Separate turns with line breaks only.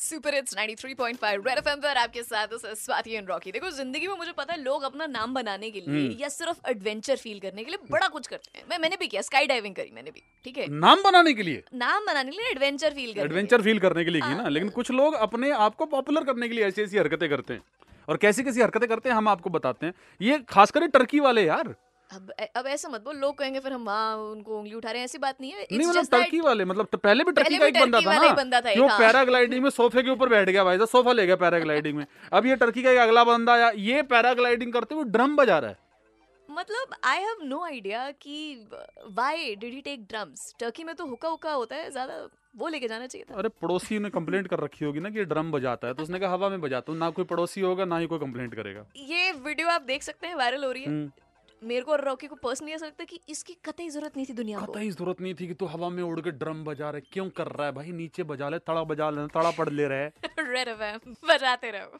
Super hits 93.5 Red FM पर आपके साथ हूँ स्वाति एंड रॉकी देखो जिंदगी में मुझे पता है लोग अपना नाम बनाने के लिए
हम्म।
या सिर्फ एडवेंचर फील करने के लिए बड़ा कुछ करते हैं मैं मैंने भी किया स्काई डाइविंग करी मैंने भी ठीक है
नाम बनाने के लिए
नाम बनाने के लिए एडवेंचर फील करने के हाँ। लिए।
एडवेंचर फील करने के लिए की ना लेकिन कुछ लोग अपने आप को पॉपुलर करने के लिए ऐसी ऐसी हरकतें करते हैं और कैसी कैसी हरकतें करते हैं हम आपको बताते हैं ये खासकर ये टर्की वाले यार
अब अब ऐसा मत बोल लोग कहेंगे फिर हम वहाँ उनको उंगली उठा रहे हैं ऐसी बात नहीं है
नहीं
It's
मतलब
just that-
टर्की वाले मतलब तो पहले भी
पहले
टर्की का
भी
एक बंदा
टर्की
था
वाला
ना
ही बंदा था
कि वो
एक, हाँ।
पैराग्लाइडिंग में सोफे के ऊपर बैठ गया भाई साहब सोफा ले गया पैराग्लाइडिंग में अब ये टर्की का एक अगला बंदा आया ये पैराग्लाइडिंग करते हुए ड्रम बजा रहा है
मतलब आई हैव नो आइडिया कि why did he take drums Turkey में तो हुक्का हुक्का होता है ज्यादा वो लेके जाना चाहिए था
अरे पड़ोसी ने कंप्लेंट कर रखी होगी ना कि ये ड्रम बजाता है तो उसने कहा हवा में बजाता हूँ ना कोई पड़ोसी होगा ना ही कोई कंप्लेंट करेगा
ये वीडियो आप देख सकते हैं वायरल हो रही है
हम्म।
मेरे को और रॉकी को पर्सनली ऐसा लगता है कि इसकी कतई जरूरत नहीं थी दुनिया को
कतई जरूरत नहीं थी कि तू हवा में उड़ के ड्रम बजा रहे क्यों कर रहा है भाई नीचे बजा ले तड़ा बजा ले तड़ा पड़ ले रहा है
रेड एफएम बजाते रहो